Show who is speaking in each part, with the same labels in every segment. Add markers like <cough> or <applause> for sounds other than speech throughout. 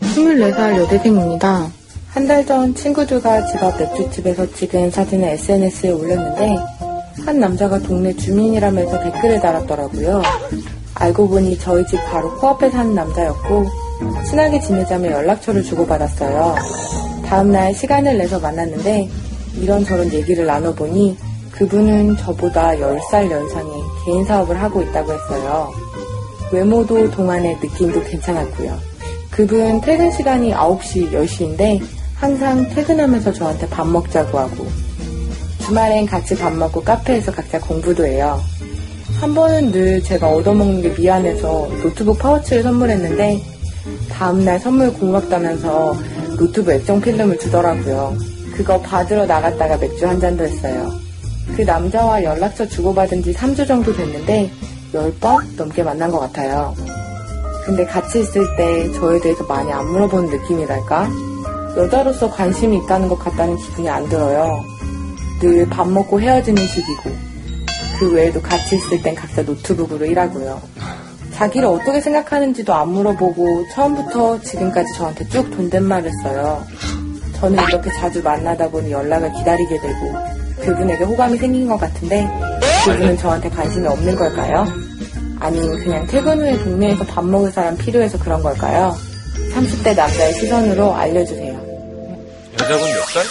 Speaker 1: 24살 여대생입니다. 한 달 전 친구들과 집 앞 맥주집에서 찍은 사진을 SNS에 올렸는데 한 남자가 동네 주민이라면서 댓글을 달았더라고요. 알고 보니 저희 집 바로 코앞에 사는 남자였고 친하게 지내자며 연락처를 주고받았어요. 다음날 시간을 내서 만났는데 이런저런 얘기를 나눠보니 그분은 저보다 10살 연상의 개인 사업을 하고 있다고 했어요. 외모도 동안의 느낌도 괜찮았고요. 그분 퇴근 시간이 9시, 10시인데 항상 퇴근하면서 저한테 밥 먹자고 하고 주말엔 같이 밥 먹고 카페에서 각자 공부도 해요. 한 번은 늘 제가 얻어먹는 게 미안해서 노트북 파우치를 선물했는데 다음날 선물 고맙다면서 노트북 액정 필름을 주더라고요. 그거 받으러 나갔다가 맥주 한 잔도 했어요. 그 남자와 연락처 주고받은 지 3주 정도 됐는데 10번 넘게 만난 것 같아요. 근데 같이 있을 때 저에 대해서 많이 안 물어보는 느낌이랄까? 여자로서 관심이 있다는 것 같다는 기분이 안 들어요. 늘 밥 먹고 헤어지는 식이고, 그 외에도 같이 있을 땐 각자 노트북으로 일하고요. 자기를 어떻게 생각하는지도 안 물어보고 처음부터 지금까지 저한테 쭉 존댓말을 써요. 저는 이렇게 자주 만나다 보니 연락을 기다리게 되고 그분에게 호감이 생긴 것 같은데 그분은 저한테 관심이 없는 걸까요? 아니면 그냥 퇴근 후에 동네에서 밥 먹을 사람 필요해서 그런 걸까요? 30대 남자의 시선으로 알려주세요.
Speaker 2: 여자분 몇 살?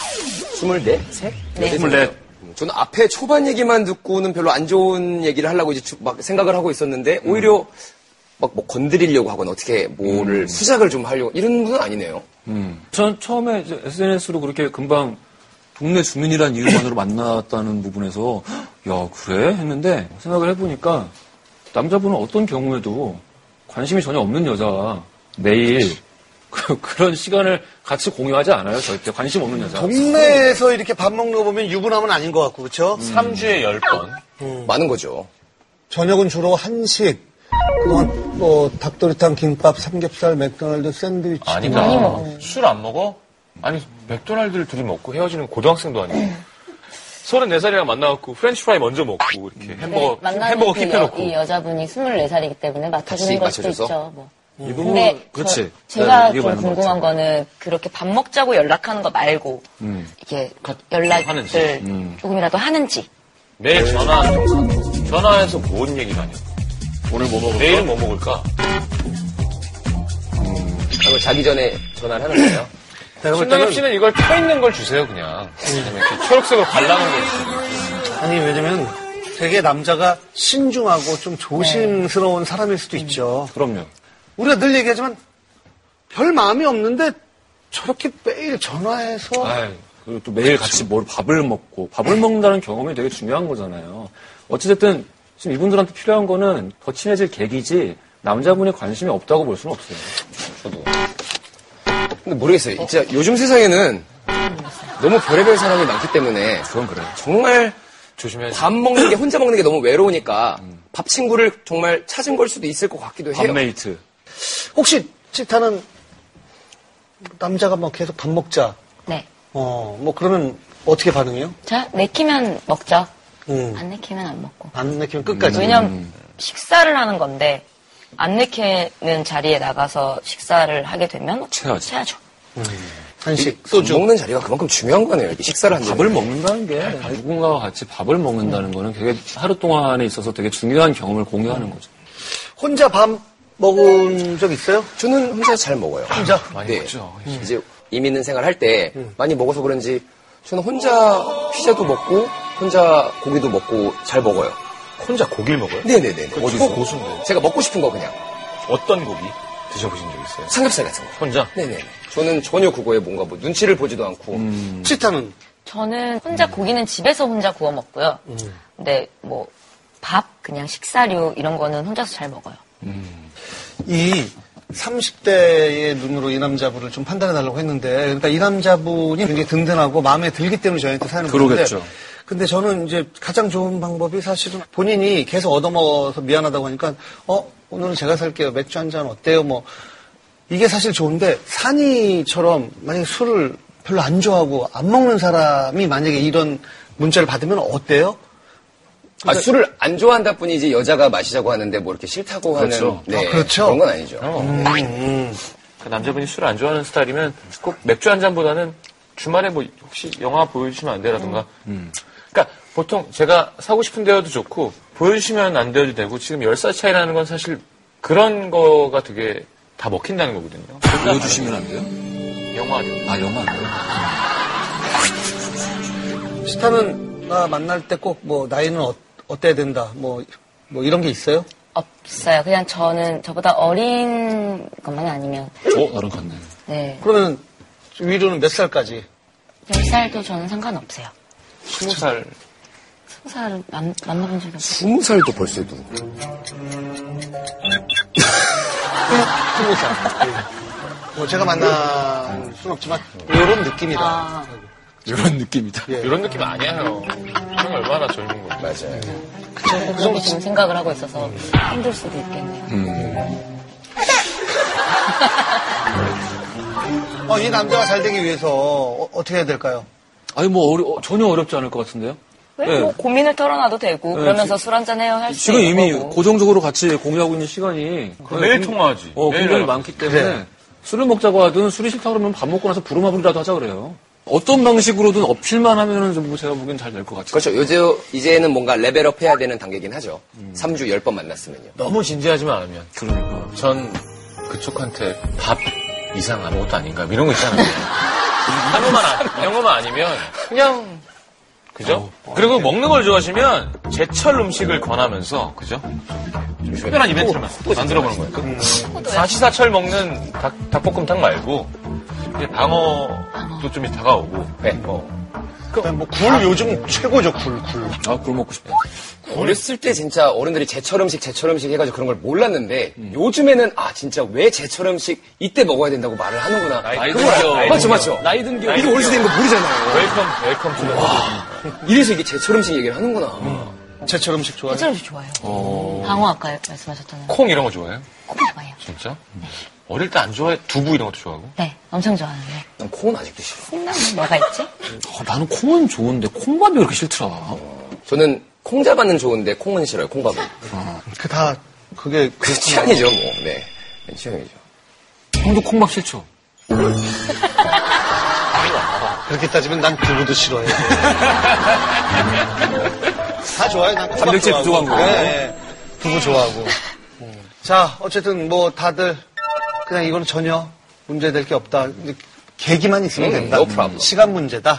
Speaker 3: 24? 셋? 네.
Speaker 2: 24.
Speaker 3: 저는 앞에 초반 얘기만 듣고는 별로 안 좋은 얘기를 하려고 이제 주- 막 생각을 하고 있었는데,
Speaker 4: 음.
Speaker 3: 오히려 막 뭐 건드리려고 하거나 어떻게
Speaker 4: 음.
Speaker 3: 뭐를 수작을 좀 하려고 이런 분은 아니네요.
Speaker 4: 전 처음에 SNS로 그렇게 금방 동네 주민이란 이유만으로 만났다는 부분에서 야 그래 했는데 생각을 해보니까 남자분은 어떤 경우에도 관심이 전혀 없는 여자와 매일 그, 그런 시간을 같이 공유하지 않아요 절대 관심 없는 여자.
Speaker 5: 동네에서 이렇게 밥 먹는 거 보면 유부남은 아닌 것 같고, 그쵸?
Speaker 2: 음. 3주에 10번.
Speaker 4: 음.
Speaker 3: 많은 거죠.
Speaker 6: 저녁은 주로 한식. 그건 뭐 닭도리탕, 김밥, 삼겹살, 맥도날드, 샌드위치.
Speaker 5: 뭐.
Speaker 2: 아니다. 술 안 먹어? 아니, 맥도날드를 둘이 먹고 헤어지는 고등학생도 아니고. 34살이랑 만나갖고 프렌치프라이 먼저 먹고, 이렇게 햄버거, 햄버거
Speaker 7: 네, 그
Speaker 2: 킵해놓고.
Speaker 7: 여, 이 여자분이 24살이기 때문에
Speaker 3: 같이
Speaker 7: 맞춰주는 걸 수도
Speaker 3: 맞춰줘서?
Speaker 7: 있죠. 뭐.
Speaker 4: 이 부분
Speaker 7: 근데 저-
Speaker 4: 그렇지.
Speaker 7: 제가
Speaker 4: 네, 이게
Speaker 7: 좀
Speaker 4: 맞는 것
Speaker 7: 궁금한
Speaker 4: 같아.
Speaker 7: 거는 그렇게 밥 먹자고 연락하는 거 말고 이게
Speaker 2: 하는지.
Speaker 7: 연락을 조금이라도 하는지
Speaker 2: 매일 전화, 전화해서 뭔 얘기를 하냐.
Speaker 4: 오늘 뭐 먹을
Speaker 2: 내일은 뭐 먹을까?
Speaker 3: 아, 그 자기 전에 전화를
Speaker 4: <laughs>
Speaker 3: 하는 거예요.
Speaker 5: 내가 볼 때는,
Speaker 2: 신동엽 씨는 이걸 펴있는 걸 주세요, 그냥.
Speaker 4: 음.
Speaker 2: 이렇게 초록색으로 발라놓은 걸 주세요.
Speaker 5: 아니, 왜냐면 되게 남자가 신중하고 좀 조심스러운 사람일 수도 있죠.
Speaker 4: 그럼요.
Speaker 2: 음.
Speaker 5: 우리가 늘 얘기하지만 별 마음이 없는데 저렇게 매일 전화해서
Speaker 4: 아이, 네. 그리고 또 매일 같이 뭘 밥을 먹고 밥을 먹는다는 경험이 되게 중요한 거잖아요. 어찌됐든 지금 이분들한테 필요한 거는 더 친해질 계기지 남자분이 관심이 없다고 볼 수는 없어요.
Speaker 3: 근데 모르겠어요. 진짜 요즘 세상에는 너무 별의별 사람이 많기 때문에
Speaker 4: 그건 그래요.
Speaker 3: 정말
Speaker 2: 조심해야지.
Speaker 3: 밥 먹는 게 혼자 먹는 게 너무 외로우니까 밥 친구를 정말 찾은 걸 수도 있을 것 같기도 해요.
Speaker 4: 음. 밥메이트.
Speaker 5: 혹시 치타는 남자가 막 계속 밥 먹자
Speaker 7: 네.
Speaker 5: 어 뭐 그러면 어떻게 반응해요?
Speaker 7: 자 내키면 먹죠.
Speaker 5: 음.
Speaker 7: 안 내키면 안 먹고.
Speaker 5: 안 내키면 끝까지
Speaker 7: 왜냐면 식사를 하는 건데 안 내키는 자리에 나가서 식사를 하게 되면
Speaker 4: 체하지.
Speaker 7: 체하죠.
Speaker 5: 한식
Speaker 3: 소주 먹는 자리가 그만큼 중요한 거네요. 이게 식사를 한다.
Speaker 4: 밥을 먹는다는 게 누군가와 같이 밥을 먹는다는 거는 되게 하루 동안에 있어서 되게 중요한 경험을 공유하는 거죠.
Speaker 5: 혼자 밥 먹은 적 있어요?
Speaker 3: 저는 혼자 잘 먹어요. 네.
Speaker 5: 혼자?
Speaker 2: 많이 먹죠. 음.
Speaker 3: 이제 이미 있는 생활 할 때 많이 먹어서 그런지 저는 혼자 피자도 먹고 혼자 고기도 먹고 잘 먹어요.
Speaker 2: 혼자 고기를 먹어요?
Speaker 3: 네네네.
Speaker 2: 그 초고수인데.
Speaker 3: 제가 먹고 싶은 거 그냥
Speaker 2: 어떤 고기 드셔보신 적 있어요?
Speaker 3: 삼겹살 같은 거.
Speaker 2: 네. 혼자?
Speaker 3: 네네. 저는 전혀 그거에 뭔가 뭐 눈치를 보지도 않고
Speaker 2: 음.
Speaker 5: 음. 치타는
Speaker 7: 저는 혼자 고기는 집에서 혼자 구워 먹고요. 근데 뭐 밥 그냥 식사류 이런 거는 혼자서 잘 먹어요.
Speaker 5: 이 30대의 눈으로 이 남자분을 좀 판단해 달라고 했는데, 그러니까 이 남자분이 굉장히 든든하고 마음에 들기 때문에 저희한테 사연을
Speaker 4: 그러겠죠.
Speaker 5: 보는데, 근데 저는 이제 가장 좋은 방법이 사실은 본인이 계속 얻어먹어서 미안하다고 하니까, 어, 오늘은 제가 살게요. 맥주 한 잔 어때요? 뭐, 이게 사실 좋은데, 산이처럼 만약에 술을 별로 안 좋아하고 안 먹는 사람이 만약에 이런 문자를 받으면 어때요?
Speaker 3: 아, 술을 안 좋아한다 뿐이지 여자가 마시자고 하는데 뭐 이렇게 싫다고
Speaker 4: 그렇죠.
Speaker 3: 하는 네,
Speaker 2: 어.
Speaker 5: 아, 그렇죠.
Speaker 3: 런건 아니죠.
Speaker 2: 그 남자분이 술을 안 좋아하는 스타일이면 꼭 맥주 한 잔보다는 주말에 뭐 혹시 영화 보여주시면 안 돼라든가. 그러니까 보통 제가 사고 싶은 데여도 좋고 보여주시면 안 돼도 되고 지금 10살 차이라는 건 사실 그런 거가 되게 다 먹힌다는 거거든요.
Speaker 4: 보여주시면 안 돼요?
Speaker 2: 영화를.
Speaker 4: 아, 영화 안 돼요?
Speaker 5: 스타는 나 만날 때 꼭 뭐 나이는 어, 어때야 된다 뭐, 뭐 이런 게 있어요?
Speaker 7: 없어요. 그냥 저는 저보다 어린 것만 아니면
Speaker 4: 어, 나랑 같네.
Speaker 7: 네.
Speaker 5: 그러면 위로는 몇 살까지?
Speaker 7: 10살도 저는 상관없어요.
Speaker 2: 20살.
Speaker 7: 20살은 만, 만나본 적이 없어요.
Speaker 3: 스무 살도 벌써 누구.
Speaker 5: 스무 살. 뭐 제가 만날 순 없지만 이런 느낌이다.
Speaker 7: 아,
Speaker 4: 이런 느낌이다.
Speaker 2: 이런 느낌 아니에요. 그럼 얼마나 젊은 거예요.
Speaker 3: 맞아요.
Speaker 7: 그렇게 지금 생각을 하고 있어서 힘들 수도 있겠네요.
Speaker 5: 어, 이 남자가 잘 되기 위해서 어, 떻게 해야 될까요?
Speaker 4: 아니, 뭐, 어려- 어, 전혀 어렵지 않을 것 같은데요?
Speaker 7: 왜?
Speaker 4: 네.
Speaker 7: 뭐 고민을 털어놔도 되고 그러면서 술 한잔 해요 할 수
Speaker 4: 지금
Speaker 7: 있는
Speaker 4: 이미
Speaker 7: 거고.
Speaker 4: 고정적으로 같이 공유하고 있는 시간이
Speaker 2: 매일
Speaker 4: 굉장히-
Speaker 2: 통화하지.
Speaker 4: 어,
Speaker 2: 매일
Speaker 4: 굉장히
Speaker 2: 연락.
Speaker 4: 많기 때문에 술을 먹자고 하든 술이 싫다 그러면 밥 먹고 나서 부르마블이라도 하자 그래요. 어떤 방식으로든 어필만 하면은 좀 제가 보기엔 잘 될 것 같아요.
Speaker 3: 그렇죠. 요새, 이제는 뭔가 레벨업 해야 되는 단계긴 하죠.
Speaker 2: 음.
Speaker 3: 3주 10번 만났으면요.
Speaker 2: 너무 진지하지만 않으면.
Speaker 4: 그러니까.
Speaker 2: 전 그쪽한테 밥 이상 아무것도 아닌가 이런 거 있잖아요. 이런 것만 아- 이런 것만 아니면 그냥 그죠? 그리고 먹는 걸 좋아하시면 제철 음식을 권하면서 그죠? 좀 특별한 이벤트를 만- 만들어 보는 거예요. 그 사시사철 먹는 닭, 닭볶음탕 말고 이제 방어도 좀 다가오고 뭐
Speaker 5: 그냥 뭐 굴 요즘 최고죠 굴 굴.
Speaker 4: 아, 굴 먹고 싶다.
Speaker 3: 어렸을 때 진짜 어른들이 제철 음식, 제철 음식 해가지고 그런 걸 몰랐는데 요즘에는 아, 진짜 왜 제철 음식 이때 먹어야 된다고 말을 하는구나.
Speaker 2: 나이
Speaker 3: 그걸
Speaker 2: 들죠.
Speaker 3: 알아요.
Speaker 2: 나이
Speaker 3: 맞죠,
Speaker 2: 들죠.
Speaker 3: 맞죠.
Speaker 4: 나이 든
Speaker 3: 이게 어렸을 때인 거 모르잖아요.
Speaker 2: 웰컴 웰컴 투
Speaker 3: 이래서 이게 제철 음식 얘기를 하는구나.
Speaker 5: 제철 음식 좋아해요.
Speaker 7: 해이 좋아요. 방어 아까 말씀하셨잖아요.
Speaker 2: 콩 이런 거 좋아해요?
Speaker 7: 콩 좋아해요.
Speaker 2: 진짜? 어릴 때 안 좋아해 두부 이런 것도 좋아하고
Speaker 7: 네, 엄청 좋아하는데.
Speaker 3: 난 콩은 아직도 싫어.
Speaker 7: 콩나물 뭐가 있지?
Speaker 4: 어, 나는 콩은 좋은데 콩밥이 왜 이렇게 싫더라.
Speaker 3: 저는 콩자반은 좋은데 콩은 싫어요. 콩밥은.
Speaker 5: 그 다 그게
Speaker 3: 그 취향이죠, 뭐. 네. 취향이죠.
Speaker 4: 형도 콩밥 싫죠?
Speaker 5: 그렇게 따지면 난
Speaker 4: <laughs>
Speaker 5: 두부도 싫어해. 다 좋아해. 난 콩밥
Speaker 4: 단백질
Speaker 5: 좋아하고.
Speaker 4: 부족한 거예요?
Speaker 5: 네, 네.
Speaker 4: <laughs>
Speaker 5: 두부 좋아하고. 음. 자, 어쨌든 뭐 다들 그냥 이거는 전혀 문제될 게 없다. 이제 계기만 있으면
Speaker 3: 음,
Speaker 5: 된다.
Speaker 3: no problem.
Speaker 5: 시간 문제다.